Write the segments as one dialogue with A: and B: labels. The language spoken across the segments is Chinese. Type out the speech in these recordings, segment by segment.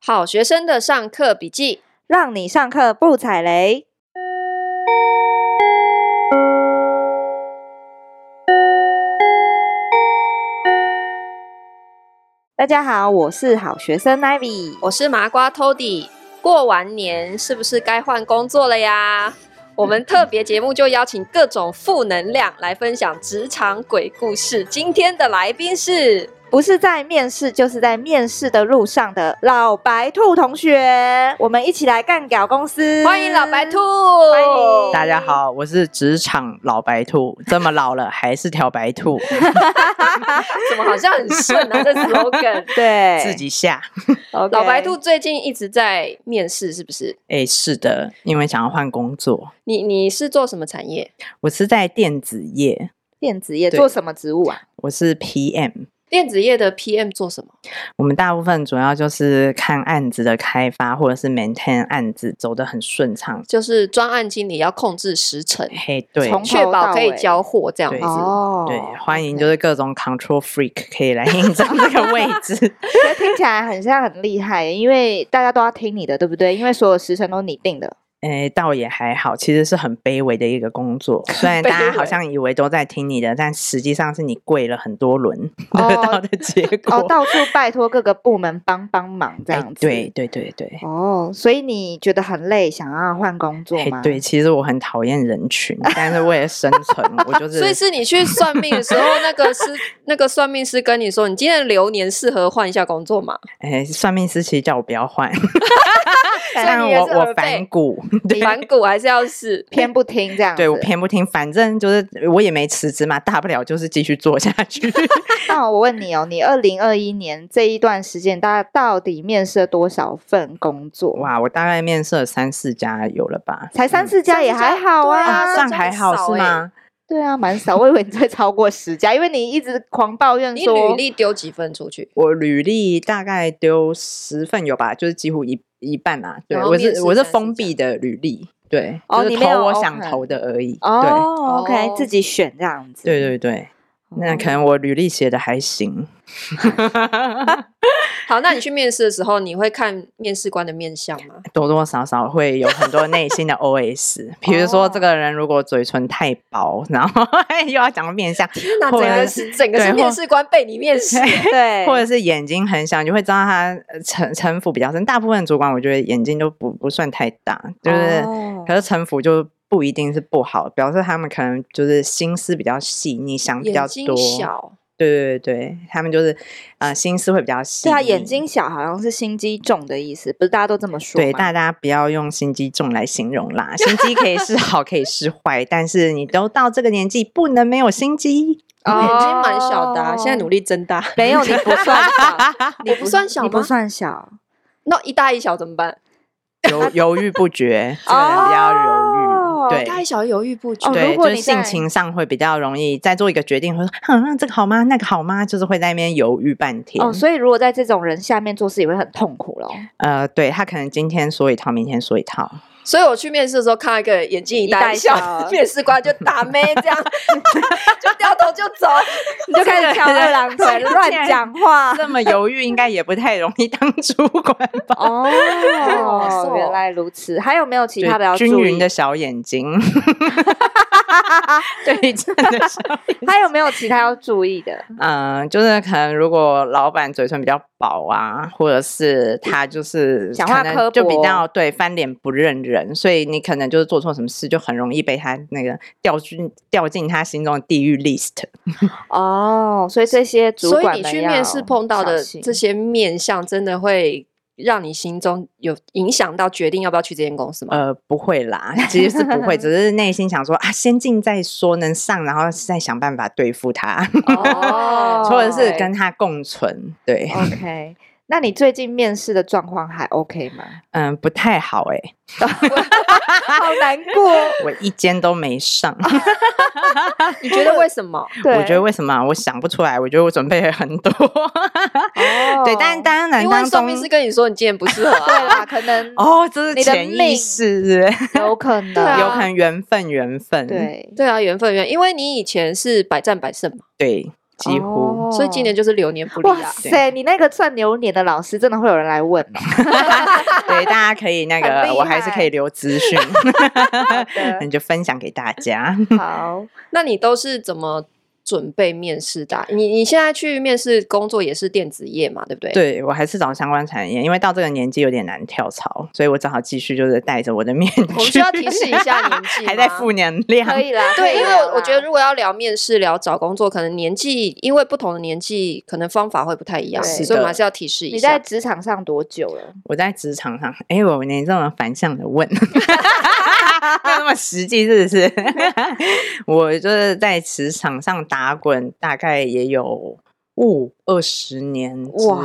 A: 好学生的上课笔记，
B: 让你上课不踩雷。大家好，我是好学生 Ivy。
A: 我是麻瓜 Tody。过完年是不是该换工作了呀？我们特别节目就邀请各种负能量来分享职场鬼故事。今天的来宾是
B: 不是在面试，就是在面试的路上的老白兔同学，我们一起来干屌公司，
A: 欢迎老白兔，
B: 嗯欢迎
C: 大家好，我是职场老白兔，这么老了还是条 白兔，
A: 怎么好像很顺啊？这 slogan。
B: 对，
C: 自己下。
B: OK
A: 老白兔最近一直在面试，是不是？
C: 哎，是的，因为想要换工作，
A: 你你是做什么产业？
C: 我是在电子业，
B: 电子业
C: 对
B: 做什么职务啊？
C: 我是 PM。
A: 电子业的 PM 做什么？
C: 我们大部分主要就是看案子的开发，或者是 maintain 案子走得很顺畅。
A: 就是专案经理要控制时程，
C: 嘿，对，
B: 从
A: 确保可以
B: 到位
A: 交货这样
C: 对
A: 子。
B: 哦
C: 对，欢迎
B: OK
C: 就是各种 control freak 可以来 应征这个位置。
B: 可是听起来很像很厉害，因为大家都要听你的，对不对？因为所有时辰都你定的。
C: 诶，倒也还好，其实是很卑微的一个工作。 虽然
A: 卑
C: 大家好
A: 微
C: 像以为都在听你的，但实际上是你跪了很多轮
A: 哦
C: 得到的 结果。
B: 哦，到处拜托各个部门帮帮忙这
C: 诶
B: 样子。
C: 哎对。对对对，
B: 哦，所以你觉得很累，想要换工作
C: 诶
B: 吗？。
C: 哎对，。其实我很讨厌人群，但是为了生存，我 就是
A: 所以是你去算命的时候，那个师 那个算命师跟你说，你今天的流年适合换一下工作嘛？
C: 诶，算命师其实叫我不要换，
A: 以
C: 但
A: 你也
C: 我
A: 是耳
C: 我
A: 背
C: 反骨，对
A: 反骨还是要试
B: 偏不听这样子。
C: 对我偏不听，反正就是我也没辞职嘛，大不了就是继续做下去。
B: 那我问你哦，你二零二一年这一段时间，大家到底面试了多少份工作？，
C: 哇，我大概面试了三四家有了吧？嗯
B: 才三四家也还好
A: 对啊
B: 啊。
C: 啊，
A: 这
C: 算
A: 样
C: 还
A: 很
C: 好
A: 少欸
C: 是
A: 诶
C: 吗？
B: 对啊，蛮少。我以为你会超过十家，因为你一直狂抱怨
A: 你
B: 说
A: 履历丢几分出去？
C: 我履历大概丢十份有吧，就是几乎一一半啦、对，
A: 然后
C: 我
A: 面
C: 是
A: 试
C: 我是
A: 才是
C: 封
A: 这样
C: 闭的履历，对，
B: 哦
C: 就
B: 你
C: 是
B: 没
C: 投
B: 有
C: 我
B: open
C: 想投的而已。
B: 哦
A: 对
B: ，OK，自己选这样子。
C: 对对对对，那可
B: 哦
C: 能我履历写的还行。
A: 好，那你去面试的时候，你会看面试官的面相吗？
C: 多多少少会有很多内心的 OS，比如说
B: 哦
C: 这个人如果嘴唇太薄，然后 哎又要讲面相，
A: 那整
C: 或者
A: 个是整个
C: 对
A: 是
C: 或
A: 面试官被你面试，
B: 对，
C: 或者是眼睛很小，你就会知道他呃城城府比较深。大部分主管我觉得眼睛都不不算太大，就是、
B: 哦
C: 可是城府就不一定是不好，表示他们可能就是心思比较细腻，想比较
A: 眼睛
C: 多。
A: 小，
C: 对对对，他们就是呃心思会比较细
B: 对
C: 腻。
B: 啊，眼睛小好像是心机重的意思，不是大家都这么说吗？
C: 对大家不要用心机重来形容啦，心机可以是好，可以是坏，但是你都到这个年纪，不能没有心机。
B: 哦
A: 眼睛蛮小的啊，现在努力增大。
B: 没有你不 算小，哦
A: 你不算小
B: 你不
A: 吗？
B: 算小
A: 那一大一小怎么办？
C: 犹犹豫不决，这个人比较
B: 哦
C: 犹豫，对
A: 一。大一小犹豫不决
B: 哦，如
C: 对，
B: 果
C: 就是
B: 你
C: 性
B: 在
C: 情上会比较容易，在做一个决定，会说，嗯，这个好吗？那个好吗？就是会在那边犹豫半天。
B: 哦，所以如果在这种人下面做事也会很痛苦 咯。
C: 呃，对他可能今天说一套，明天说一套，
A: 所以我去面试的时候，看到一个眼睛一大一
B: 一大一
A: 小，
B: 小
A: 面试官就打妹这样， 就掉头就走，
B: 你就开始翘二 郎腿，乱讲话。
C: 这么犹豫，应该也不太容易当主管吧？
B: 哦
A: 是哦，
B: 原来如此。还有没 有其
C: 对
B: 他的要
C: 均
B: 注
C: 匀
B: 意？
C: 的小 眼睛，对称的小，
B: 还有没有其他要注意的？
C: 嗯、就是可能如果老板嘴唇比较薄啊，或者是他就是
B: 嗯讲话
C: 可能
B: 刻
C: 就比
B: 薄
C: 较对翻脸不认人，所以你可能就是做错什么事，就很容易被他那个掉进掉进他心中的地狱 list。
B: 哦，所以这些主
A: 所
B: 管
A: 以你
B: 们
A: 去面试
B: 要
A: 碰到的
B: 小心
A: 这些面相，真的会让你心中有影响到决定要不要去这间公司吗？
C: 呃，不会啦， 其实是不会，只是内心想说啊，先进再说，能上，然后再想办法对付他，
B: 哦
C: 或者是
B: 对
C: 跟他共存。对，
B: OK，那你最近面试的状况还 OK 吗？
C: 嗯，不太好哎、
B: 好难过，
C: 我一间都没上，
A: 你觉得为什么？
B: 哦对，
C: 我觉得为什么啊我想不出来？我觉得我准备了很多，
B: 哦
C: 对，但当然
A: 因为
C: 当
A: 算
C: 中
A: 命师跟你说你今年不适合
B: 对
A: 啊，
B: 啦，可能
C: 哦，这是
B: 你的
C: 潜
B: 命
C: 意识是不是，
B: 有可能，
A: 对啊
C: 有可能缘分，缘 分，
B: 对
A: 对啊，缘分缘，因为你以前是百战百胜嘛，
C: 对，几乎。
B: 哦
A: 所以今年就是流年不利啊
B: 哇
A: 啦。
B: 塞，你那个算流年的老师，真的会有人来问 哦。
C: 对，大家可以那
B: 很厉
C: 个，我还是可以留资讯， 那
B: 的
C: 你就分享给大家。
B: 好，
A: 那你都是怎么准备面试的啊、你你现在去面试工作也是电子业嘛，对不对？。
C: 对我还是找相关产业，因为到这个年纪有点难跳槽，所以我只好继续就是戴着我的面具。
A: 我们需要提示一下年纪
C: 还在
A: 吗
C: 负能量。
B: 可以啦。
A: 对，因啊为我我觉得
B: 如
A: 如果要聊面试、聊找工作，可能年纪，因为不同的年纪，可能方法会不太一样，
B: 对
A: 所以我们还是要提示一
B: 你在
A: 下。
B: 职场上多久了？
C: 我在职场上，哎、我连这么反向 的问，没有那么实际，是不是？ 我就是在职场上打滚，大概也有五二十年之，
A: 哇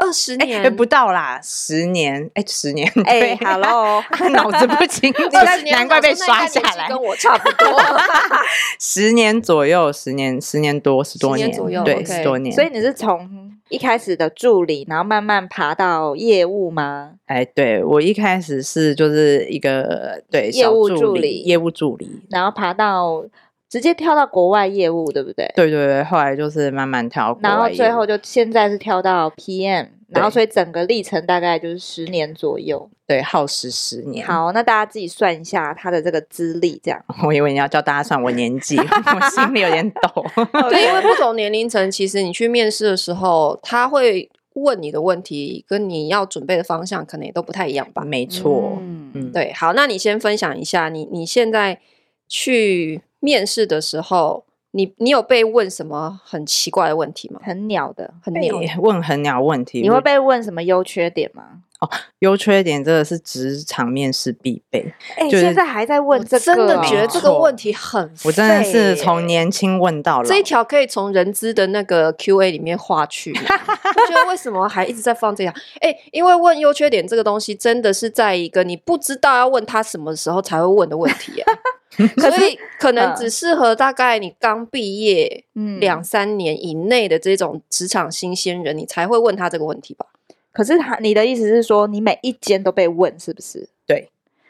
A: 二十
C: 哎、
A: 年、，
C: 哎 不到啦，十年，哎、十年，
B: 哎
C: 对啊
B: ，Hello，
C: 脑子不清楚
A: 二十年，
C: 难怪被
A: 我想说那
C: 刷
A: 应该
C: 下
A: 年纪
C: 来。
A: 跟我差不 多。
C: 十年左右，十年，十年多，十多
A: 10年
C: 年，
A: 左右
C: 对
A: OK
C: 十多年。
B: 所以你是从一开始的助理，然后慢慢爬到业务吗？
C: 哎，对我一开始是就是一个对
B: 业
C: 小
B: 务助
C: 助
B: 理
C: 业务助理，
B: 然后爬到直接跳到国外业务，对不对？
C: 对对对，后来就是慢慢跳过来业务，
B: 然后最后就现在是跳到 PM，然后
C: 对
B: 所以整个历程大概就是十年左右。
C: 对耗时十年。，
B: 好，那大家自己算一下他的这个资历，这样。
C: 我以为你要叫大家算我 年纪，我心里有点抖。
A: 对，
B: 嗯
A: 因为不同年龄层，其实你去面试的时候，他会问你的问题，跟你要准备的方向可能也都不太一样吧。
C: 没错，
B: 嗯，
C: 嗯，，
A: 对，好，那你先分享一下，你你现在去面试的时候，你你有被问什么很奇怪的问题吗？
B: 很鸟的。
A: 很
C: 你
A: 鸟，
C: 问很鸟问题，
B: 你会
C: 我
B: 被问什么优缺点吗？
C: 优缺点真的是职场面试必备。
B: 哎，
C: 就是
B: 现在还在问
A: 我
B: 这个
A: 真
B: 哦，
A: 的觉得这个
C: 没
A: 问
C: 错
A: 题很
C: 我真的
A: 废耶
C: 是从年轻问到老
A: 这一，条可以从人资的那个 Q&A 里面划去， 我觉得为什么还一直在放这条？哎、因为问优缺点这个东西，真的是在一个你不知道要问他什么时候才会问的问 题、啊，所以可能
B: 嗯
A: 只适合大概你刚毕业
B: 嗯
A: 两三年以内的这种职场新鲜人，你才会问他这个问题吧？
B: 可是他，你的意思是说，你每一间都被问是不是？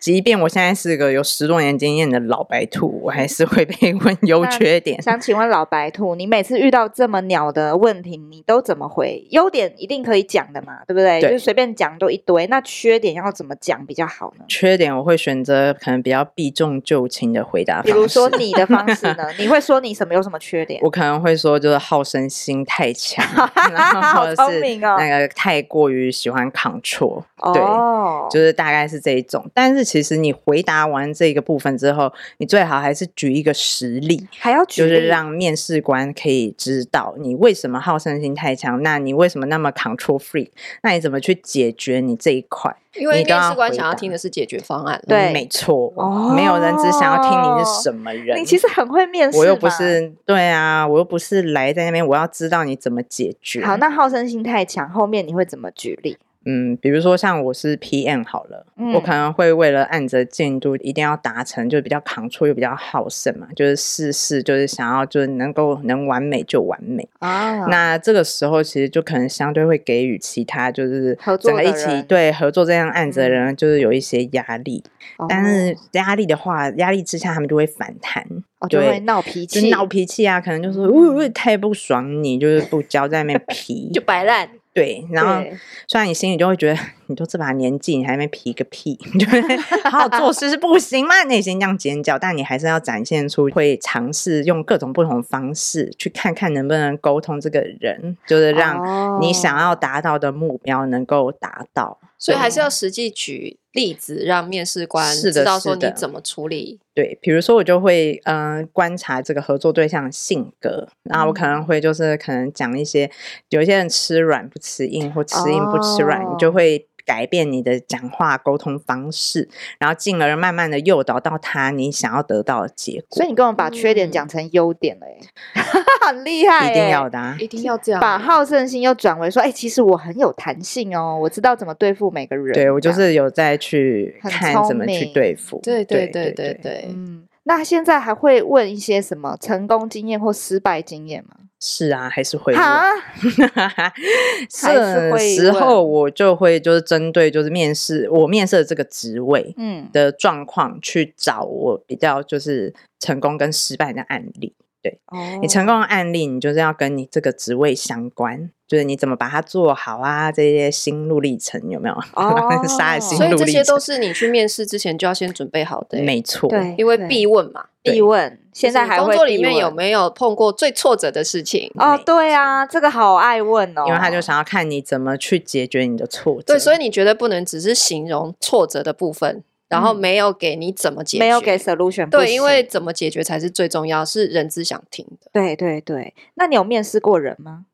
C: 即便我现在是个有十多年经验的老白兔，我还是会被 问优
B: 嗯那
C: 缺点。
B: 想请问老白兔，你每次遇到这么鸟的问题，你都怎么回？优点一定可以讲的嘛，对不对？
C: 对
B: 就是随便讲都一堆。那缺点要怎么讲比较好呢？
C: 缺点我会选择可能比较避重就轻的回答方式，
B: 比如 说你的方式呢？你会说你什么有什么缺点？
C: 我可能会说就是好胜心太 强，然后或
B: 好
C: 者
B: 聪
C: 是
B: 明哦
C: 那个太过于喜欢 control，、对。
B: 哦，
C: 就是大概是这一种，但是其实你回答完这个部分之后，你最好还是举一个实例，
B: 还要举
C: 就
B: 例
C: 是让面试官可以知道你为什么好胜心太强，那你为什么那么 control freak，那你怎么去解决你这一块？
A: 因为
C: 你都
A: 面
C: 要
A: 试官
C: 回
A: 想要
C: 答
A: 听的是解决方案。
B: 对
C: 没错，
B: 哦
C: 没有人只想要听你是什么人。
B: 你其实很会面试，
C: 我又不。是对啊，我又不是来在那边，我要知道你怎么解决。
B: 好，那好胜心太强，后面你会怎么举例？
C: 嗯，比如说像我是 PM 好了，
B: 嗯
C: 我可能会为了按着进度一定要达成，就比较扛错又比较好胜嘛，就是事事就是想要就是能够能完美就完美。
B: 啊，
C: 那这个时候其实就可能相对会给予其他就是
B: 合作
C: 整个
B: 的
C: 一起
B: 人嗯
C: 对合作这样案子的人就是有一些压力，但是
B: 哦
C: 压力的话，压力之下他们就会反弹。
B: 哦就
C: 对
B: 会闹脾
C: 就
B: 气，嗯
C: 闹脾气啊，可能就说呜呜太不爽你，就是不交在那边 皮，
A: 就摆烂，
C: 对。然后
B: 对
C: 虽然你心里就会觉得，你都这把年纪，你还没皮个屁， 你就会好好做事是不行吗？内心这样尖叫，但你还是要展现出会尝试用各种不同方式去看看能不能沟通这个人，就是让
B: 哦
C: 你想要达到的目标能够达到。
A: 所以还
C: 对
A: 是要实际举例子，让面试官
C: 是的
A: 知道说
C: 是的
A: 你怎么处理
C: 对，比如说我就会嗯、呃观察这个合作对象的性格，然后我可能会就是可能讲一些，有一些人吃软不吃硬，或吃硬不吃软，
B: 哦
C: 你就会。改变你的讲话沟通方式，然后进而慢慢的诱导到他你想要得到的结
B: 所
C: 果，
B: 以你跟我把缺
A: 嗯
B: 点讲成优点了、 欸，很厉害、
C: 一定要。的、啊。
A: 一定要这样
B: 把好胜心又转为说，哎、其实我很有弹性哦，我知道怎么对付每个人。
C: 对我就
B: 这样，
C: 是有再去
B: 很
C: 看
B: 聪
C: 怎么去
B: 明
C: 对付。
A: 对对
C: 对
A: 对对
C: 对
A: 对，
B: 嗯，那现在还会问一些什么成功经验或失败经验吗？
C: 是啊，还是会问
B: 哈， 是
C: 这
B: 会
C: 时候
B: 问
C: 我就会就是针对就是面试我面试的这个职位
B: 嗯，
C: 的状况去找我比较就是成功跟失败的案例，对
B: 哦
C: 你成功的案例，你就是要跟你这个职位相关，就是你怎么把它做好啊，这些心路历程有没有？
B: 哦
C: 杀的
A: 所
C: 心
A: 以
C: 路
A: 这
C: 历
A: 些
C: 程
A: 都，是你去面试之前就要先准备好的欸、
C: 没错，
B: 对
A: 因为
B: 对
A: 必问嘛。
B: 必问，现在
A: 就是
B: 还
A: 你
B: 会
A: 工作里
B: 必
A: 面有
B: 问
A: 没有碰过最挫折的事情？
B: 哦，对啊，这个好爱问哦，
C: 因为他就想要看你怎么去解决你的挫折。
A: 对，所以你觉得不能只是形容挫折的部分，然后
C: 嗯
A: 没有给你怎么解决，
B: 没有给 solution，不
A: 对，
B: 行
A: 因为怎么解决才是最重要，是人之想听的。
B: 对对对，那你有面试过人吗？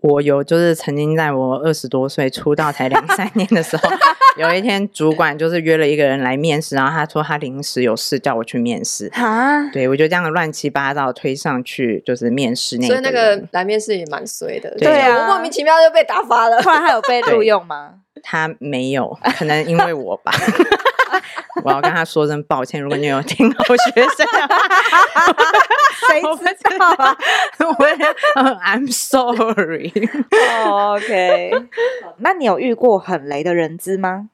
C: 我有就是曾经在我二十多岁出道才两三年的 时候，有一天主管就是约了一个人来面试，然后他说他临时有事叫我去面试，
B: 哈，
C: 对我就这样乱七八糟推上去就是面试那
A: 所以
C: 个
A: 那个
C: 人
A: 来面试也蛮衰的，
C: 对
A: 就是我
B: 啊
A: 莫名其妙就被打发了。
B: 后来他有被录
C: 对
B: 用吗？
C: 他没有，可能因为我吧。 我要跟他说声抱歉，如果你有听到我学生的话，
B: 谁
C: 我不
B: 知道啊
C: 我也嗯 I'm sorry。
B: 哦？OK，那 你有遇过很雷的人资吗？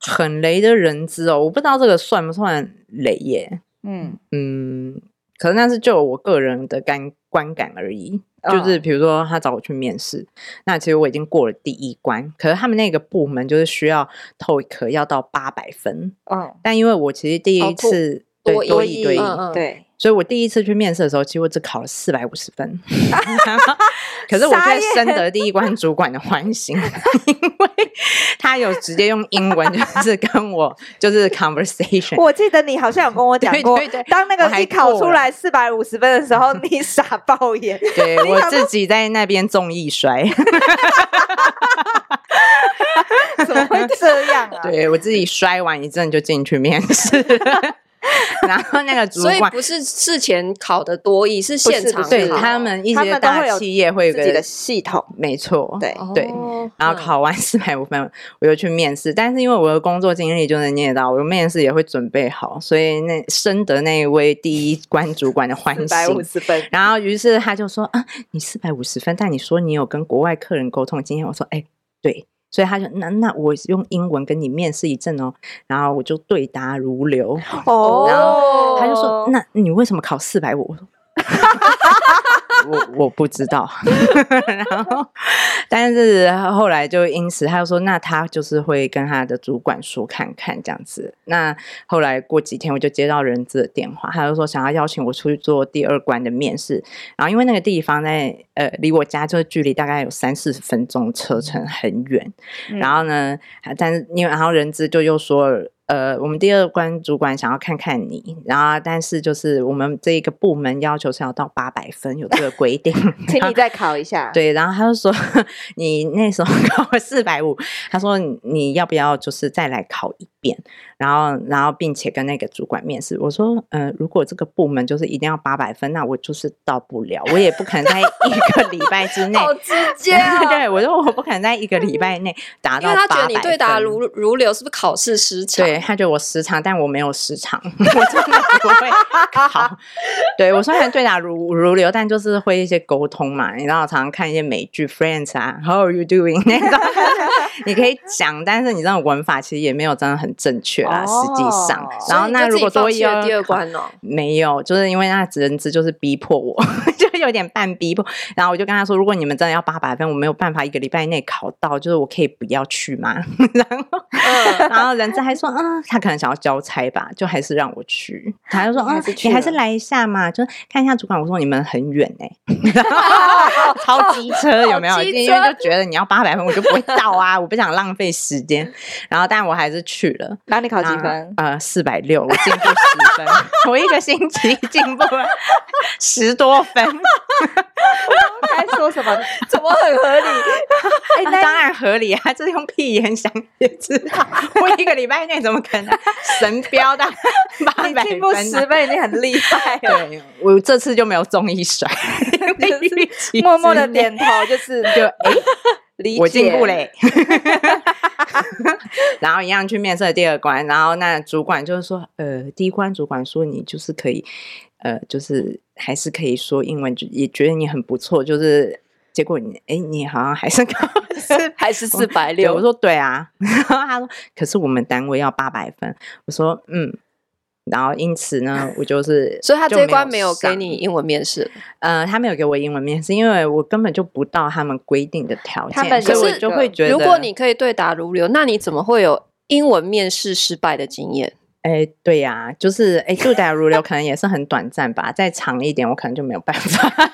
C: 很雷的人资哦，我不知道这个算不算雷耶？
B: 嗯，
C: 嗯，可能那是就我个人的感观感而已。就是
B: 嗯
C: 比如说他找我去面试，那其实我已经过了第一关，可是他们那个部门就是需要 TOEIC 要到八百分，
B: 嗯，
C: 但因为我其实第
A: 哦
C: 一
A: 多
C: 次、
A: 多
C: 对多
A: 益
C: 一对一，
A: 嗯嗯
B: 对，
C: 所以我第一次去面试的时候，其实我只考了四百五十分，可是我
B: 傻
C: 却
B: 眼
C: 深得第一关主管的欢心， 因为他有直接用英文 就是跟我就是 conversation。
B: 我记得你好像有跟我讲
C: 对
B: 过
C: 对对，
B: 当那
C: 我
B: 个
C: 还
B: 你考
C: 过
B: 出
C: 了
B: 来四百五十分的时 候，你傻爆眼，
C: 对我自己在那边综艺摔，
B: 怎么会这样啊？
C: 对我自己摔完一阵就进去面 试，然后那个主
A: 所以
C: 管
A: 不是事前考的多义，是
B: 不是
A: 现场
B: 不是
C: 对
A: 考
C: 他们一
B: 他们
C: 些
B: 都会有
C: 大企业会有
B: 自己的
C: 个
B: 系统，
C: 没错，
B: 对
C: 对
A: 哦
C: 然后
A: 嗯
C: 考完四百五分，我就去面试。但是因为我的工作经历就能念到，我面试也会准备好，所以那深得那一位第一关主管的欢
B: 四百五
C: 心。
B: 十分，
C: 然后于是他就说：“啊，你四百五十分，但你说你有跟国外客人沟通经验。”我说：“哎，对。”所以他就那那我用英文跟你面试一阵哦，然后我就对答如流。
B: 哦，
A: 然后。
C: 他就说：“
B: 嗯
C: 那你为什么考四百五？”我说：“我我不知道。” 然后，但是后来就因此，他就说：“那他就是会跟他的主管说看看这样子。”那后来过几天，我就接到人资的电话，他就说想要邀请我出去做第二关的面试。然后因为那个地方在呃离我家就是距离大概有三四十分钟车程，很远。
B: 嗯
C: 然后呢，啊但是因为然后人资就又说了，呃，我们第二关主管想要看看你，然后但是就是我们这一个部门要求是要到八百分，有这个规定。
B: 请你再考一下，，
C: 对，然后他就说 你那时候考四百五，他说你你要不要就是再来考一遍，然后然后并且跟那个主管面试。我说，呃，如果这个部门就是一定要八百分，那我就是到不了，我也不可能在一个礼拜之内
A: 好直接啊
C: 对，我说我不可能在一个礼拜内达
A: 因
C: 到800
A: 为
C: 分，
A: 他觉得你对答如如流，是不是考试失常？
C: 对，他觉得我时长，但我没有时长， 我真的 不会考。对我虽然对答如如流，但就是会一些沟通嘛。你知道，我常常看一些美剧《Friends》啊，《How are you doing 》那种， 你可以讲，但是你知道文法其实也没有真的很正确啦。实际上
B: 哦，
C: 然后那如果
A: 所
C: 多
A: 以你
C: 一
A: 就自己放弃了第
C: 要
A: 二关 哦，
C: 没有，就是因为那人资就是逼迫我， 就有点半逼迫。然后我就跟他说，如果你们真的要八百分，我没有办法一个礼拜内考到，就是我可以不要去吗？然后。
A: 嗯，
C: 然后人资还说，嗯，他可能想要交差吧，就还是让我去。他就说，
B: 还
C: 嗯
B: 是，去
C: 你还是
B: 了
C: 来一下嘛，就看一下主管。我说你们很远 哎、超机车有没有？
A: 好机
C: 因
A: 车
C: 为就觉得你要八百分，我就不会到啊， 我不想浪费时间。然后，但我还是去了。
B: 然后你考几
C: 那
B: 分？
C: 呃，四百六，我进步十 分，我一个星期进步了十多分，
B: 该说 什么？
A: 怎么很合理？
B: 哎，
C: 那当然合理啊，这用屁眼想也知道，我一个礼拜内怎么可能神飙到 八
B: 那你
C: 百分、啊？
B: 进步十倍已经很厉害了，
C: 对我这次就没有中一 甩，
B: 就是默默的点头，就是
C: 就哎、
B: 理解。
C: 我进步， 嘞。然后一样去面试第二关，然后那主管就是说，呃，第一关主管说你就是可以，呃，就是还是可以说英文，就也觉得你很不错，就是结果你哎，你好像还是高 四
A: 还是四百
C: 对，啊
A: 六？
C: 我说对啊，然后他说，可是我们单位要八百分，我说嗯，然后因此呢，我 就是，
A: 所以他这一关没
C: 没
A: 有给
C: 上
A: 你英文面试，
C: 呃，他没有给我英文面试，因为我根本就不到他们规定的条件，
B: 他们
C: 所以
A: 有
C: 我
A: 一
C: 就
B: 个
C: 会觉得，
A: 如果你可以对答如流，那你怎么会有英文面试失败的经验？
C: 哎，对呀、就是哎，对答如流可能也是很短暂吧，再长一点我可能就没有办法。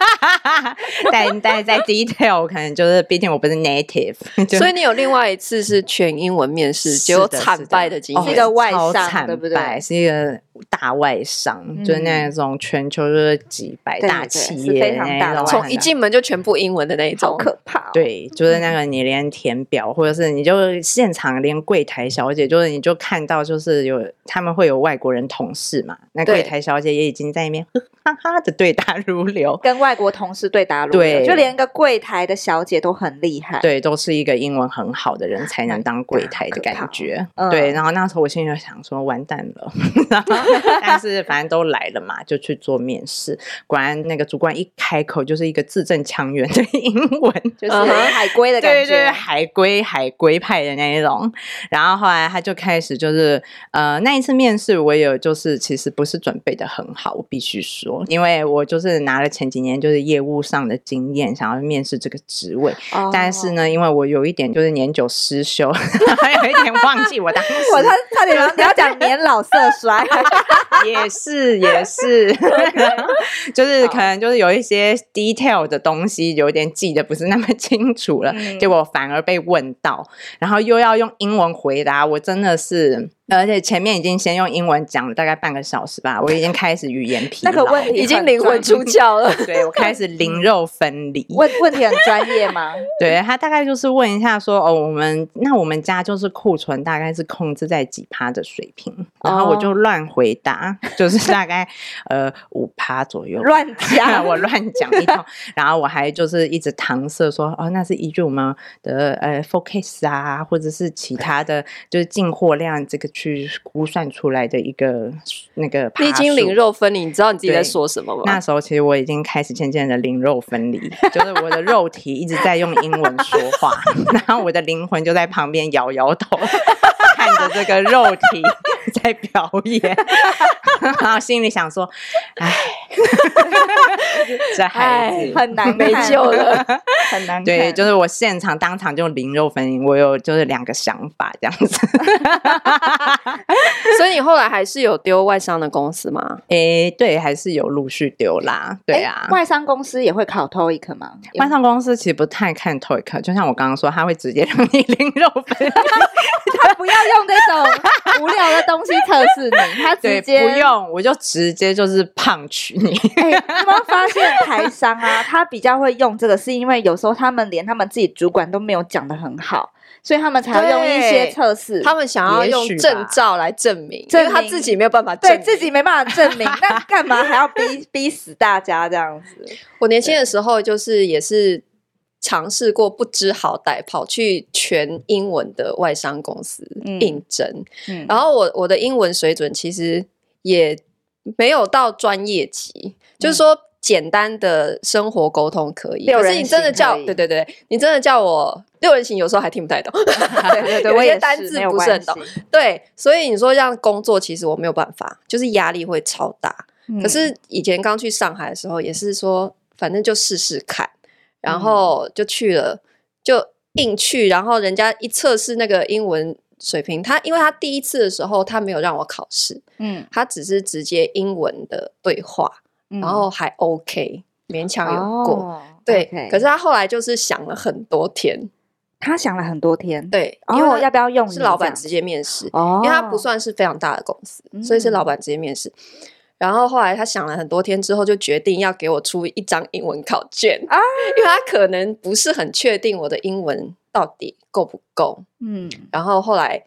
C: 但但在 detail 我可能就是，毕竟我不是 native，就
A: 所以你有另外一次是全英文面试，
C: 是
A: 结果
C: 的
A: 惨
C: 是的
A: 败的经
C: 哦
A: 验。
B: 是一个外
C: 超
B: 商
C: 惨
B: 对不
C: 败
B: 对
C: 是一个大外商，就是那
B: 嗯
C: 种全球就是几百
B: 对
C: 大
B: 对对
C: 企
B: 是
C: 业
B: 非常大
C: 那
B: 的
C: 种
B: 外
A: 从一
C: 很
A: 进门就全部英文的那一种
B: 好，可怕、哦。，
C: 对，就是那个你连填表，或者是你就现场连柜台小姐，就是你就看到就是有他们会有外国人同事嘛，那
A: 对
C: 柜台小姐也已经在那边呵呵哈哈的对答如流，
B: 跟外国同事对答如流
C: 对
B: 就连个柜台的小姐都很厉害。，
C: 对，都是一个英文很好的人才能当柜台的
B: 可怕
C: 感觉。
B: 嗯
C: 对，然后那时候我心里就想说，完蛋了。 然后但是反正都来了嘛，就去做面试。果然那个主管一开口就是一个字正腔圆的 英文，
B: 就是
A: 嗯哼
B: 海归的感
C: 对
B: 觉。
C: 对，海归海归派的那一种。然后后来他就开始就是呃，那一次面试我也有就是其实不是准备的很好，我必须说，因为我就是拿了前几年就是业务上的经验，想要面试这个职位。
B: 哦
C: 但是呢，因为我有一点就是年久失修， 还有一点忘记我当时
B: 我差差点要你要讲年老色衰，
C: 也是也是，
B: 哦
C: 就是可能就是有一些 detail 的东西有点记得不是那么清楚了，
B: 嗯
C: 结果反而被问到，然后又要用英文回答，我真的是。而且前面已经先用英文讲了大概半个小时吧，我已经开始语言疲
B: 那
C: 劳，
B: 个问题
A: 已
C: 啊
A: 经
B: 很
A: 灵魂
B: 专
A: 出窍了。
C: 对我开始灵肉分离。
B: 问问题很专业 吗？
C: 对他大概就是问一下说，哦，我们那我们家就是库存大概是控制在几趴的水平，然
B: 哦
C: 后我就乱回答，就是大概呃五趴左右。
B: 乱 讲，
C: 我乱讲一通，然后我还就是一直搪塞说，哦，那是依据我们的呃 focus 啊，或者是其他的，就是进货量这个去估算出来的一个那个趴数。
A: 你已经灵肉分离，你知道你自己在
C: 对
A: 说什么吗
C: 那？时候其实我已经开始渐渐的灵肉分离，就是我的肉体一直在用英文说话， 然后我的灵魂就在旁边摇摇头， 看着这个肉体在表演，然后心里想说：“哎，这孩
B: 哎，
C: 子。”
B: 很难 看
A: 没救，了，
B: 很难看。
C: 对，就是我现场当场就灵肉分离，我有就是两个想法这样子。
A: 所以你后来还是有丢外商的公司吗？
C: 诶，对，还是有陆续丢啦，对啊。
B: 哎外商公司也会考 TOEIC 吗？
C: 外商公司其实不太看 TOEIC，就像我刚刚说，他会直接让你 零肉分，
B: 他不要用这种无聊的东西测试你，他直
C: 对，
B: 接
C: 不。用，我就直接就是胖取你。
B: 哎，你有没有发现台商 啊，他比较会用这个，是因为有时候他们连他们自己主管都没有讲的很好，所以他们才会用一些
A: 对
B: 测试。
A: 他们想要
C: 也
A: 用
C: 许吧
A: 证照来证明，
B: 证
A: 因为他
B: 明
A: 自己没有办法证
B: 对
A: 明
B: 自己没办法证 明，那干嘛还要逼逼死大家这样子？
A: 我年轻的时候，就是也是尝试过不知好歹，跑去全英文的外商公司
B: 嗯
A: 应征。
B: 嗯，
A: 然后我我的英文水准其实也没有到专业级，就是说简单的生活沟通可以。
B: 嗯六
A: 可是
B: 人
A: 你真的
B: 行
A: 叫
B: 可以
A: 对对对，你真的叫我六人行，有时候还听不太懂。
B: 对对对，
A: 有
B: 我
A: 些
B: 也
A: 单
B: 是
A: 字
B: 没有
A: 不是
B: 关
A: 很懂
B: 系
A: 对，所以你说这样工作，其实我没有办法，就是压力会超大。
B: 嗯
A: 可是以前刚去上海的时候，也是说反正就试试看，
B: 嗯
A: 然后就去了，就硬去，然后人家一测试那个英文水平，他因为他第一次的时候他没有让我考试，
B: 嗯，
A: 他只是直接英文的对话，
B: 嗯
A: 然后还 OK，勉强有过。
B: 哦
A: 对
B: OK
A: 可是他后来就是想了很多天，
B: 他想了很多天，
A: 对，因
B: 哦，
A: 为
B: 要不要用
A: 是
B: 你
A: 老
B: 这
A: 板
B: 样
A: 直接面试，
B: 哦，嗯
A: 因为它不算是非常大的公司，所以是老板直接面试。然后后来他想了很多天之后，就决定要给我出一张英文考卷
B: 啊
A: 因为他可能不是很确定我的英文到底够不够。
B: 嗯，
A: 然后后来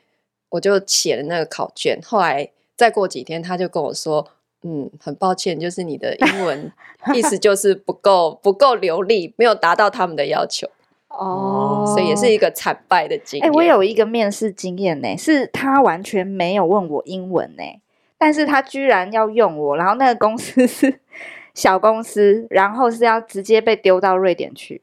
A: 我就写了那个考卷，后来再过几天他就跟我说。嗯，很抱歉，就是你的英 文意思就是不够不够流利，没有达到他们的要求，
B: 哦，
A: 所以也是一个惨败的经
B: 哎、
A: 验。
B: 我有一个面试经验呢、是他完全没有问我英文呢、但是他居然要用我，然后那个公司是小公司，然后是要直接被丢到瑞典去，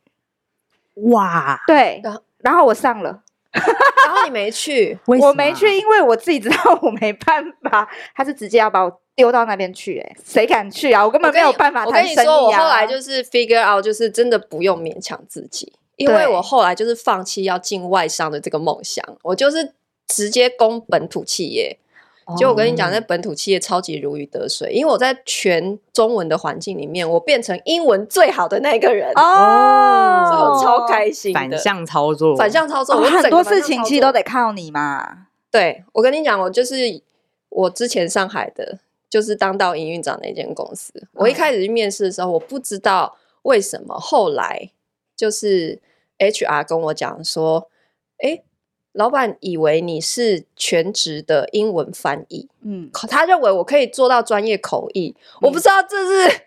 C: 哇，
B: 对
A: 然后，
B: 然后我上了，
A: 然后你没去，
C: 为什
B: 我
C: 么啊
B: 没去，因为我自己知道我没办法。 他是直接要把我丢到那边去、哎，谁敢去啊？我根
A: 我
B: 本没
A: 跟
B: 有
A: 你
B: 办法
A: 我跟
B: 谈
A: 你
B: 生意啊。
A: 说，我后来就是 figure out，就是真的不用勉强自己，因为
B: 对
A: 我后来就是放弃要进外商的这个梦想，我就是直接攻本土企业。就我跟你讲，
C: 哦
A: 在本土企业超级如鱼得水，因为我在全中文的环境里面，我变成英文最好的那个人，嗯
B: 哦，
A: 所以我超开心的。
C: 反向操作，
A: 反向操作，
B: 哦
A: 我整个
B: 很多
A: 反向
B: 事情
A: 操
B: 其实
A: 作
B: 都得靠你嘛。
A: 对，我跟你讲，我就是我之前上海的，就是当到营运长那间公司。
B: 嗯
A: 我一开始去面试的时候，我不知道为什么，后来就是 HR 跟我讲说，诶，老板以为你是全职的英文翻译，
B: 嗯，
A: 他认为我可以做到专业口译，我不
B: 嗯
A: 知道这 是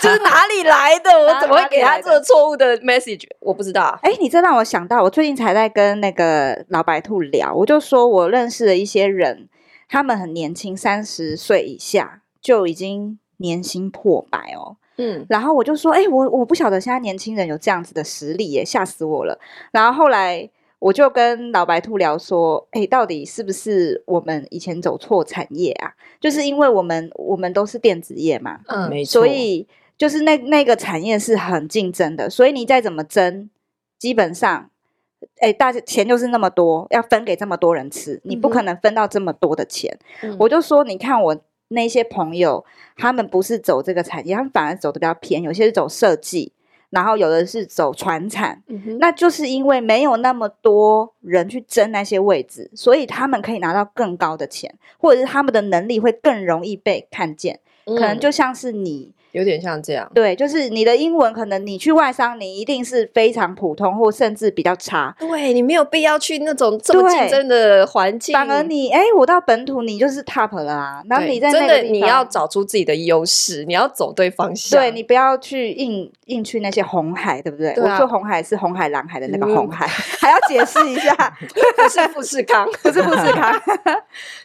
A: 这是哪里来的，我
B: 哪
A: 怎么会
B: 哪
A: 给
B: 里
A: 他
B: 来
A: 这个
B: 的
A: 错误的 message？我不知道啊，
B: 哎，你这让我想到，我最近才在跟那个老白兔聊，我就说我认识的一些人，他们很年轻，三十岁以下就已经年薪破百哦。
A: 嗯，
B: 然后我就说，哎、我我不晓得现在年轻人有这样子的实力耶，吓死我了。然后后来我就跟老白兔聊说，哎、到底是不是我们以前走错产业啊？就是因为我们我们都是电子业嘛，
A: 嗯
C: 没错，
B: 所以就是那那个产业是很竞争的，所以你再怎么争，基本上。哎，大家钱就是那么多，要分给这么多人吃，你不可
A: 嗯
B: 能分到这么多的钱。
A: 嗯
B: 我就说，你看我那些朋友，他们不是走这个产业，他们反而走的比较偏，有些是走设计，然后有的是走传产，
A: 嗯哼
B: 那就是因为没有那么多人去争那些位置，所以他们可以拿到更高的钱，或者是他们的能力会更容易被看见，可能
A: 嗯
B: 就像是你。
A: 有点像这样。
B: 对，就是你的英文，可能你去外商，你一定是非常普通，或甚至比较差。
A: 对你没有必要去那种这么竞
B: 对
A: 争的环境，
B: 反而你，哎，我到本土，你就是 top 了啊。然后
A: 对
B: 你在那
A: 真
B: 个
A: 的
B: 地
A: 你
B: 方
A: 要找出自己的优势，你要走对方向。
B: 对你不要去硬硬去那些红海，对不对？
A: 对啊
B: 我说红海是红海蓝海的那个
A: 嗯
B: 红海，还要解释一下，
A: 不是富士康，
B: 不是富士康。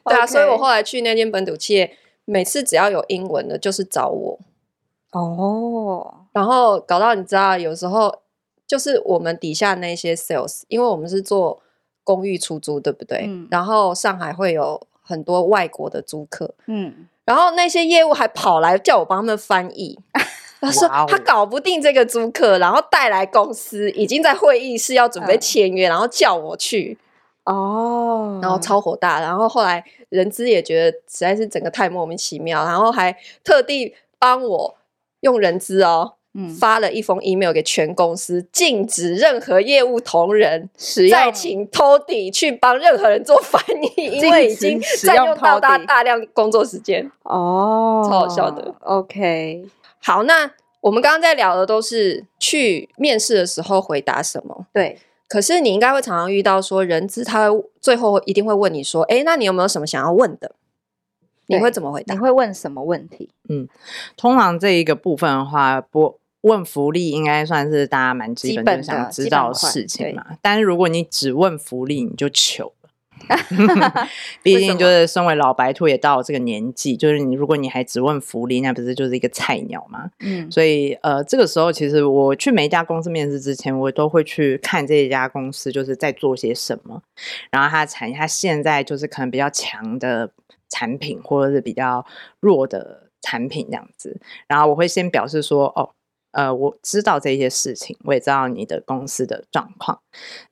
A: 对啊。所以我
B: OK
A: 后来去那间本土企业，每次只要有英文的，就是找我，
B: 哦，
A: 然后搞到你知道，有时候就是我们底下那些 sales，因为我们是做公寓出租，对不对？
B: 嗯
A: 然后上海会有很多外国的租客，
B: 嗯，
A: 然后那些业务还跑来叫我帮他们翻 译。他说
C: 哇哦
A: 他搞不定这个租客，然后带来公司，已经在会议室要准备
B: 嗯
A: 签约，然后叫我去，
B: 哦，
A: 然后超火大。然后后来人资也觉得实在是整个太莫名其妙，然后还特地帮我用人资哦。
B: 嗯
A: 发了一封 email 给全公司，禁止任何业务同仁
B: 使
A: 再
B: 用
A: 请偷底去帮任何人做翻 译，因为已经
B: 禁止使
A: 占
B: 用
A: 用到
B: Toddy
A: 大大量工作时间。
B: 哦，
A: 超好笑的。
B: OK，
A: 好，那我们刚刚在聊的都是去面试的时候回答什么，
B: 对，
A: 可是你应该会常常遇到说，人资他会最后一定会问你说，哎，那你有没有什么想要问的？你
B: 对
A: 会怎么回
B: 你
A: 答？
B: 会问什么问题？
C: 通常这一个部分的话，不问福利应该算是大家蛮基
B: 基
C: 本
B: 本
C: 就
B: 的
C: 想知
B: 基本
C: 道的
B: 款
C: 事情嘛。但是如果你只问福利，你就糗了。毕
A: 为什
C: 竟
A: 么
C: 就是身为老白兔也到了这个年纪，就是你如果你还只问福利，那不是就是一个菜鸟吗？
B: 嗯，
C: 所以呃，这个时候其实我去每一家公司面试之前，我都会去看这一家公司就是在做些什么，然后它的产业，它现在就是可能比较强的产品，或者是比较弱的产品这样子。然后我会先表示说，哦，呃，我知道这些事情，我也知道你的公司的状况，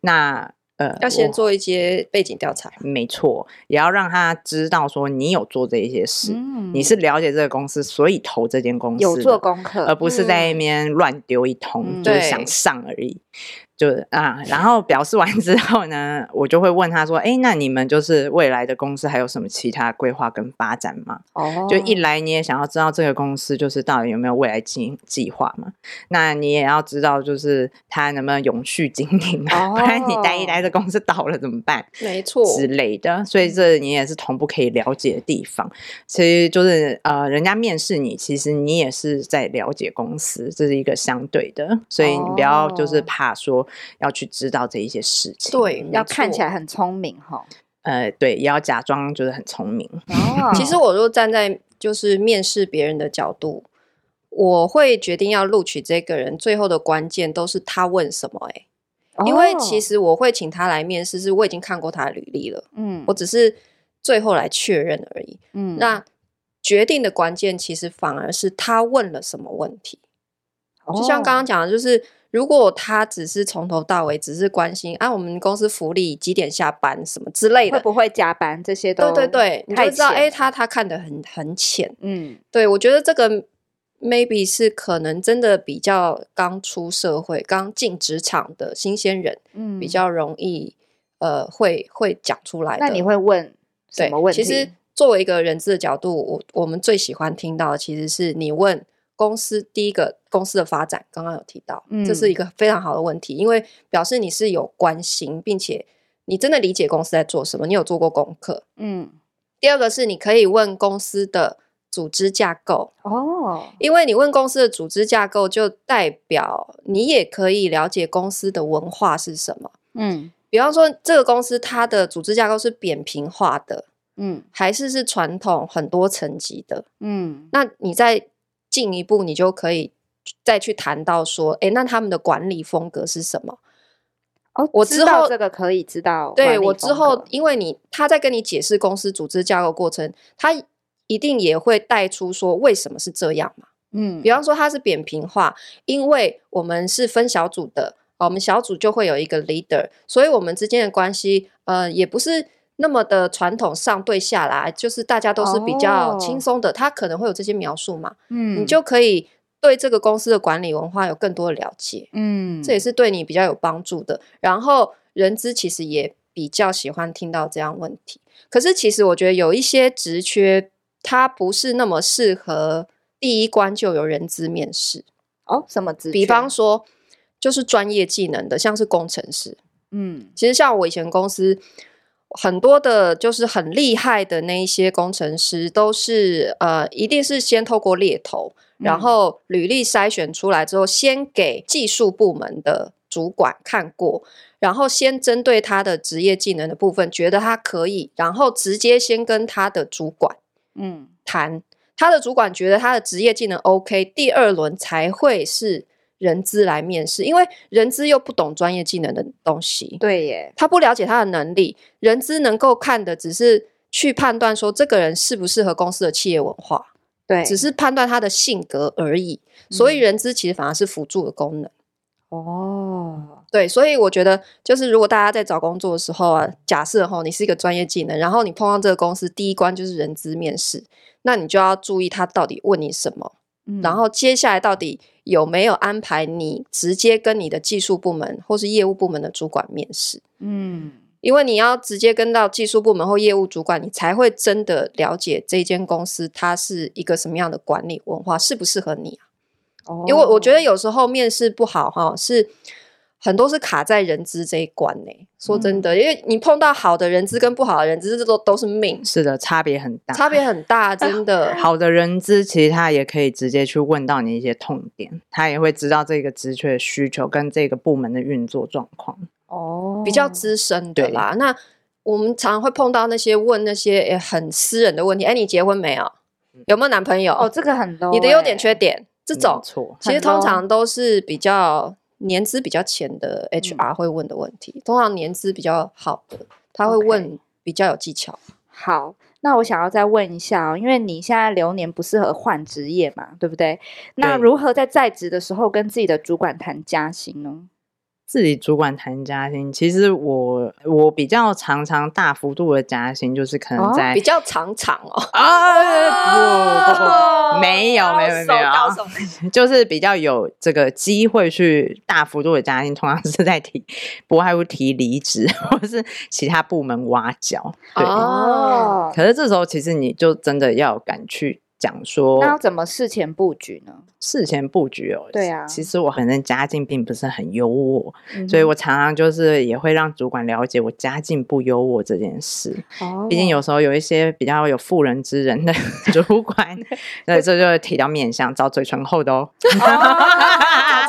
C: 那。呃，
A: 要先
C: 我
A: 做一些背景调查。
C: 没错，也要让他知道说你有做这一些事，
B: 嗯
C: 你是了解这个公司，所以投这间公司
B: 有做
C: 的
B: 功
C: 而
B: 课，
C: 不是在那边乱丢一通，
B: 嗯
C: 就是
A: 对
C: 想上而已。就是啊，然后表示完之后呢，我就会问他说：“哎，那你们就是未来的公司还有什么其他规划跟发展吗？”
A: 呃
B: 哦，
C: 就一来你也想要知道这个公司就是到底有没有未来经计划嘛，那你也要知道就是它能不能永续经营啊， 不然你
B: 哦
C: 待一待这公司倒了怎么办？
A: 没错，嗯
C: 之类的，所以这你也是同步可以了解的地方。其实就是呃，人家面试你，其实你也是在了解公司，这是一个相对的，所以你不要就是
B: 哦
C: 怕说要去知道这一些事情。
A: 对，
B: 要看起
A: 来。
B: 来很聪明哈。
C: 呃，对，也要假装就是很聪明。
B: 哦
A: 啊其实我若站在就是面试别人的角度，我会决定要录取这个人，最后的关键都是他问什么、欸。因为其
B: 实
A: 实我会请他来面试，是我已经看过他的履历了，
B: 嗯
A: 我只是最后来确认而已。
B: 嗯
A: 那决定的关键其实反而是他问了什么问题。就像
B: 哦
A: 刚刚讲的，就是如果他只是从头到尾只是关心啊，我们公司福利几点下班什么之类
B: 会
A: 的，
B: 不会加班这些都
A: 对对对，你就
B: 太
A: 知道，
B: 浅
A: 哎、他他看得很很浅。
B: 嗯
A: 对我觉得这个 maybe 是可能真的比较刚出社会、刚进职场的新鲜人
B: 嗯
A: 比较容易，呃，会会讲出来的。
B: 那你会问什
A: 对
B: 么问题？
A: 其实作为一个人资的角度，我我们最喜欢听到的其实是你问公司第一个公司的发展，刚刚有提到，这是一
B: 嗯
A: 个非常好的问题，因为表示你是有关心，并且你真的理解公司在做什么，你有做过功课。
B: 嗯
A: 第二个是你可以问公司的组织架构，
B: 哦
A: 因为你问公司的组织架构，就代表你也可以了解公司的文化是什么。
B: 嗯
A: 比方说，这个公司它的组织架构是扁平化的，
B: 嗯
A: 还是是传统很多层级的。
B: 嗯
A: 那你再进一步，你就可以再去谈到说，诶，那他们的管理风格是什么？
B: 哦，
A: 我
B: 知
A: 之
B: 道
A: 后
B: 这个可以知道管理
A: 对
B: 风格，
A: 我之后，因为你他在跟你解释公司组织架构过程，他一定也会带出说为什么是这样嘛。
B: 嗯
A: 比方说它是扁平化，因为我们是分小组的，啊我们小组就会有一个 leader，所以我们之间的关系，呃，也不是那么的传统上对下来，就是大家都是比较
B: 哦
A: 轻松的。他可能会有这些描述嘛，
B: 嗯
A: 你就可以对这个公司的管理文化有更多的了解，
B: 嗯
A: 这也是对你比较有帮助的。然后人资其实也比较喜欢听到这样问题，可是其实我觉得有一些职缺，它不是那么适合第一关就有人资面试，
B: 哦什么职缺？
A: 比方说就是专业技能的，像是工程师。
B: 嗯
A: 其实像我以前公司很多的，就是很厉害的那一些工程师，都是呃，一定是先透过猎头，然
B: 嗯
A: 后履历筛选出来之后，先给技术部门的主管看过，然后先针对他的职业技能的部分，觉得他可以，然后直接先跟他的主管
B: 嗯
A: 谈。他的主管觉得他的职业技能 OK，第二轮才会是人资来面试，因为人资又不懂专业技能的东西。
B: 对耶
A: 他不了解他的能力，人资能够看的只是去判断说这个人适不适合公司的企业文化，
B: 对
A: 只是判断他的性格而已。所以
B: 嗯
A: 人资其实反而是辅助的功能。
B: 哦
A: 对，所以我觉得就是如果大家在找工作的时候啊，假设哈你是一个专业技能，然后你碰到这个公司，第一关就是人资面试，那你就要注意他到底问你什么，然
B: 嗯
A: 后接下来到底有没有安排你直接跟你的技术部门或是业务部门的主管面试。
B: 嗯
A: 因为你要直接跟到技术部门或业务主管，你才会真的了解这间公司它是一个什么样的管理文化，适不适合你啊、
B: 哦，
A: 因为我觉得有时候面试不好哈，是很多是卡在人资这一关呢、说真
B: 嗯
A: 的，因为你碰到好的人资跟不好的人资，这都都是命，
C: 是的，差别很大。
A: 差别很 大，真的。
C: 好的人资，其实他也可以直接去问到你一些痛点，他也会知道这个职缺的需求跟这个部门的运作状况。
B: 哦
A: 比较资深的
C: 对
A: 啦。那我们常常会碰到那些问那些、诶很私人的问题，哎、你结婚没有？有没有男朋友？
B: 哦，这个很 low，
A: 你的优
B: 欸嗯
A: 点缺点这种
C: 没，错，
A: 其实
B: 很
A: 通
B: low
A: 常都是比较年资比较浅的 HR 会问的问题，通常年资比较好的，他会
B: OK
A: 问比较有技巧。
B: 好，那我想要再问一下哦，因为你现在流年不适合换职业嘛，对不对？那
C: 对
B: 如何在在职的时候跟自己的主管谈加薪呢？
C: 自己主管谈加薪，其实我我比较常常大幅度的加薪，就是可能
B: 哦
C: 在
A: 比较常常哦，
C: 啊不不不。没有没有没有没有
A: 哦高手高手
C: 就是比较有这个机会去大幅度的加薪，通常是在提，不外乎提离职或是其他部门挖角。对，
A: 哦
C: 可是这时候其实你就真的要敢去讲
B: 那要
C: 说
B: 怎么事前布局呢？
C: 事前布局哦。
B: 对啊
C: 其实我反正家境并不是很优渥，
B: 嗯
C: 所以我常常就是也会让主管了解我家境不优渥这件事。
B: 哼
A: 哦
C: 毕竟有时候有一些比较有妇人之仁的 主管，对，这就提到面相，找嘴唇厚的哦，
A: 找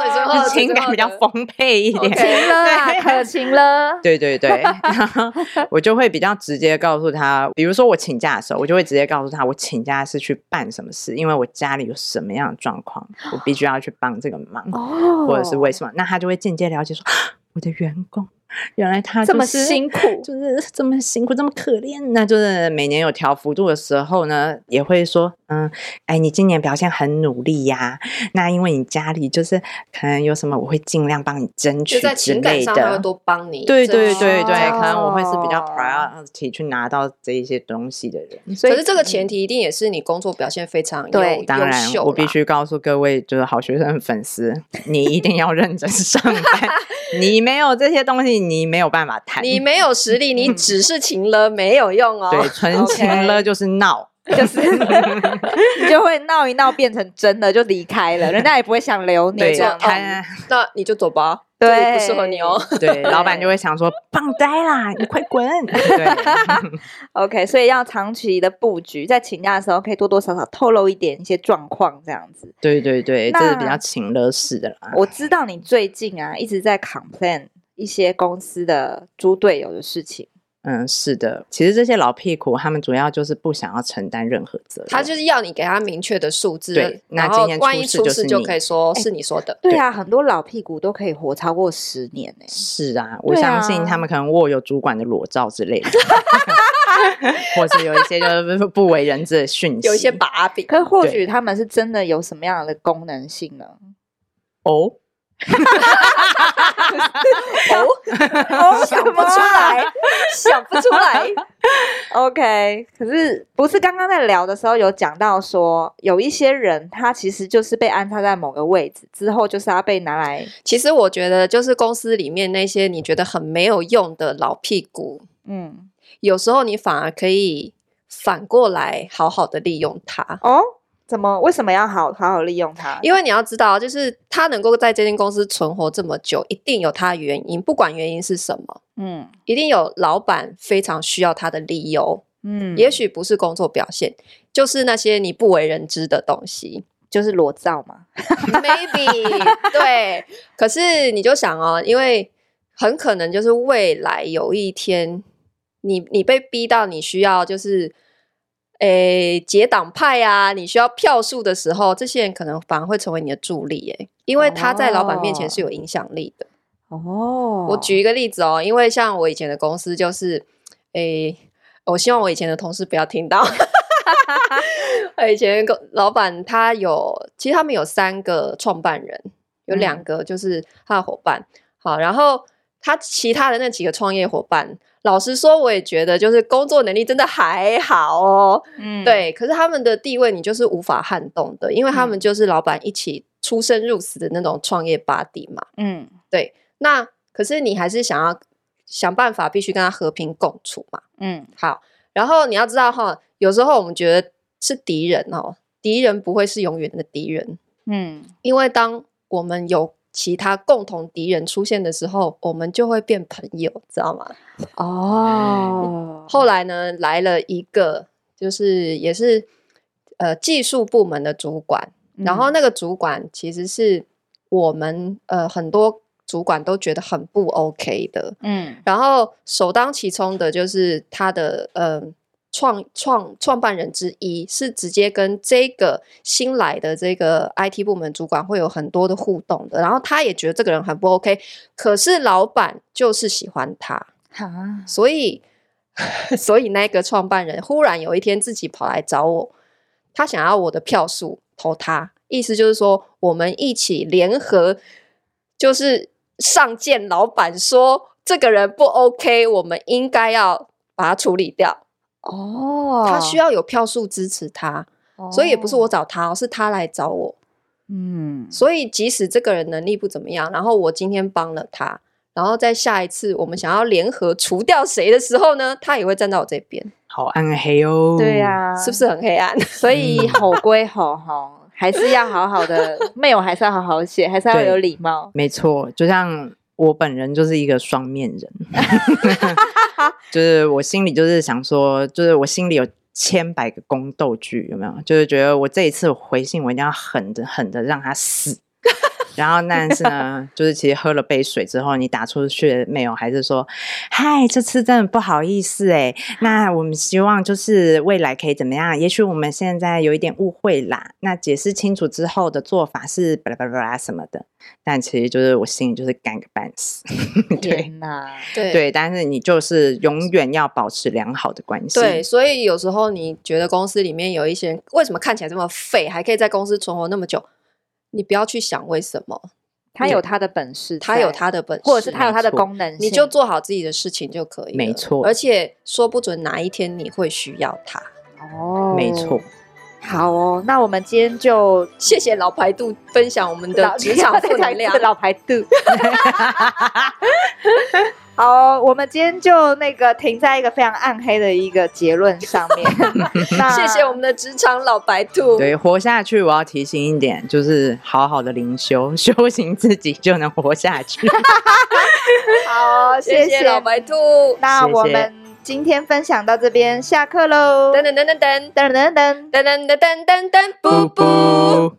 A: 嘴唇厚的
C: 情感比较丰沛一
B: 哦
A: OK
C: 点。
B: 行了啊，可行了。
C: 对对对，然后我就会比较直接告诉他，比如说我请假的时候，我就会直接告诉他，我请假是去办什么事，因为我家里有什么样的状况，我必须要去帮这个忙，
B: 哦
C: 或者是为什么，那他就会间接了解说， 我的员工原来他、
A: 这么辛苦，
C: 就是 这么辛苦，这么可怜。那就是每年有调幅度的时候呢，也会说，嗯，哎，你今年表现很努力呀、那因为你家里就是可能有什么，我会尽量帮你争
A: 就
C: 取
A: 在
C: 之
A: 情感
C: 类
A: 上他会
C: 的。
A: 多帮你。
C: 对对
A: 这
C: 对
A: 样
C: 对，可能我会是比较
B: 哦
C: priority 去拿到这一些东西的人。
B: 所以
A: 可是这个前提一定也是你工作表现非常优
B: 对
C: 当
A: 优
C: 然，
A: 秀
C: 我必
A: 啦
C: 须告诉各位，就是好学生的粉丝，你一定要认真 上班。你没有这些东西，你没有办法谈。
A: 你没有实力，你只是勤了没有用哦。
C: 对，纯
B: OK
C: 情了就是闹。
B: 就是 你就会闹一闹变成真的就离开了，人家也不会想留你
C: 对，
B: 这样。
C: 看
A: 那你就走吧，
B: 对
A: 这里不适合你哦。
C: 对，老板就会想说棒呆啦，你快滚！对，
B: OK，所以要长期的布局，在请假的时候可以多多少少透露一点一些状况这样子。
C: 对对对，这是比
B: 那
C: 较情乐式的啦。
B: 我知道你最近啊一直在 complain 一些公司的猪队友的事情，
C: 嗯，是的，其实这些老屁股他们主要就是不想要承担任何责任。
A: 他就是要你给他明确的数字，
C: 对那
A: 然后
C: 今天
A: 万一
C: 出事
A: 出
C: 就
A: 事
C: 是
A: 就
C: 你
A: 可以说是你说的。
B: 哎对啊，很多老屁股都可以活超过十年呢、
C: 是啊，我
B: 对
C: 相信
B: 啊
C: 他们可能握有主管的裸照之类的，或是有一些就是不不为人知的讯息。
A: 有一些把柄，
B: 可是或
C: 对
B: 许他们是真的有什么样的功能性呢？
C: 哦，
B: 哦，
A: 想不出来，想不出来。
B: OK，可是不是刚刚在聊的时候有讲到说，有一些人他其实就是被安插在某个位置之后，就是要被拿来，
A: 其实我觉得，就是公司里面那些你觉得很没有用的老屁股，
B: 嗯，
A: 有时候你反而可以反过来好好的利用他。
B: 哦，怎么为什么要好好好利用他？
A: 因为你要知道，就是他能够在这间公司存活这么久，一定有他的原因，不管原因是什么，
B: 嗯
A: 一定有老板非常需要他的理由。
B: 嗯，
A: 也许不是工作表现，就是那些你不为人知的东西
B: 就是裸照嘛，
A: ，maybe 对。可是你就想哦，因为很可能就是未来有一天，你你被逼到你需要就是。诶，结党派啊，你需要票数的时候，这些人可能反而会成为你的助力，诶，因为他在老板面前是有影响力的。
B: 哦
A: 我举一个例子哦，因为像我以前的公司就是，诶，我希望我以前的同事不要听 到。我以前公老板他有，其实他们有三个创办人，有两
B: 嗯
A: 个就是他的伙伴。好，然后他其他的那几个创业伙伴，老实说，我也觉得就是工作能力真的还好哦。
B: 嗯，
A: 对，可是他们的地位你就是无法撼动的，因为他们
B: 嗯
A: 就是老板一起出生入死的那种创业 body 嘛。
B: 嗯
A: 那可是你还是想要想办法，必须跟他和平共处嘛。
B: 嗯
A: 好，然后你要知道哈，有时候我们觉得是敌人哦，敌人不会是永远的敌人，
B: 嗯，
A: 因为当我们有其他共同敌人出现的时候，我们就会变朋友，知道吗？
B: 哦，
A: 后来呢，来了一个就是也是呃技术部门的主管，然后
B: 嗯
A: 那个主管其实是我们呃很多主管都觉得很不 OK 的，
B: 嗯
A: 然后首当其冲的就是他的嗯、呃创创创办人之一，是直接跟这个新来的这个 IT 部门主管会有很多的互动的。然后他也觉得这个人很不 OK，可是老板就是喜欢他，
B: 哈，
A: 所以 所以那个创办人忽然有一天自己跑来找我，他想要我的票数投他，意思就是说我们一起联合，就是上见老板说这个人不 OK，我们应该要把他处理掉。
B: 哦，
A: 他需要有票数支持他，
B: 要
A: 所以也不是我，找他哦，是他来找我。
B: 嗯，
A: 所以即使这个人能力不怎么样，然后我今天帮了他。然后在下一次我们想要联合除掉谁的时候呢，他也会站到我这边。
C: 好暗黑哦。
B: 对呀，
A: 是不是很黑暗？
B: 所以
C: 嗯
B: 吼归吼吼，还是要好 好的，没有还是要好好写，还是要
C: 对
B: 有礼 貌。
C: 没错，就像我本人就是一个双面人，就是我心里就是想说，就是我心里有千百个宫斗剧，有没有？就是觉得我这一次回信，我一定要狠的狠的让他死。然后但是呢，就是其实喝了杯水之后，你打出去没有，还是说，嗨，这次真的不好意思哎、那我们希望就是未来可以怎么样？也许我们现在有一点误会啦，那解释清楚之后的做法是巴拉巴拉巴拉什么的，但其实就是我心里就是干个半死，对。
B: 天哪，
A: 对
C: 对，但是你就是永远要保持良好的关系。
A: 对，所以有时候你觉得公司里面有一些人为什么看起来这么废，还可以在公司存活那么久，你不要去想为什么，
B: 他有他的本事在，
A: 他有他的本事，
B: 或者是他有他的
C: 没错
B: 功能性，
A: 你就做好自己的事情就可以了，
C: 没错
A: 而且说不准哪一天你会需要他。
B: 哦，
C: 没错。。
B: 好哦，那我们今天就
A: 谢谢老排度分享我们的
B: 老
A: 职场负
B: 再讲
A: 能
B: 一次
A: 量。
B: 老牌度。好哦、我们今天就那个停在一个非常暗黑的一个结论上 面。那
A: 谢谢我们的职场老白兔。
C: 对，活下去，我要提醒一点，就是好好的灵修， 修行自己就能活下去。
B: 好哦、
A: 谢
B: 谢
A: 谢老白兔。
B: 那
C: 谢谢
B: 我们今天分享到这边，下课喽。
A: 噔噔噔噔噔
B: 噔噔噔。
A: 噔噔噔噔噔噔，不不。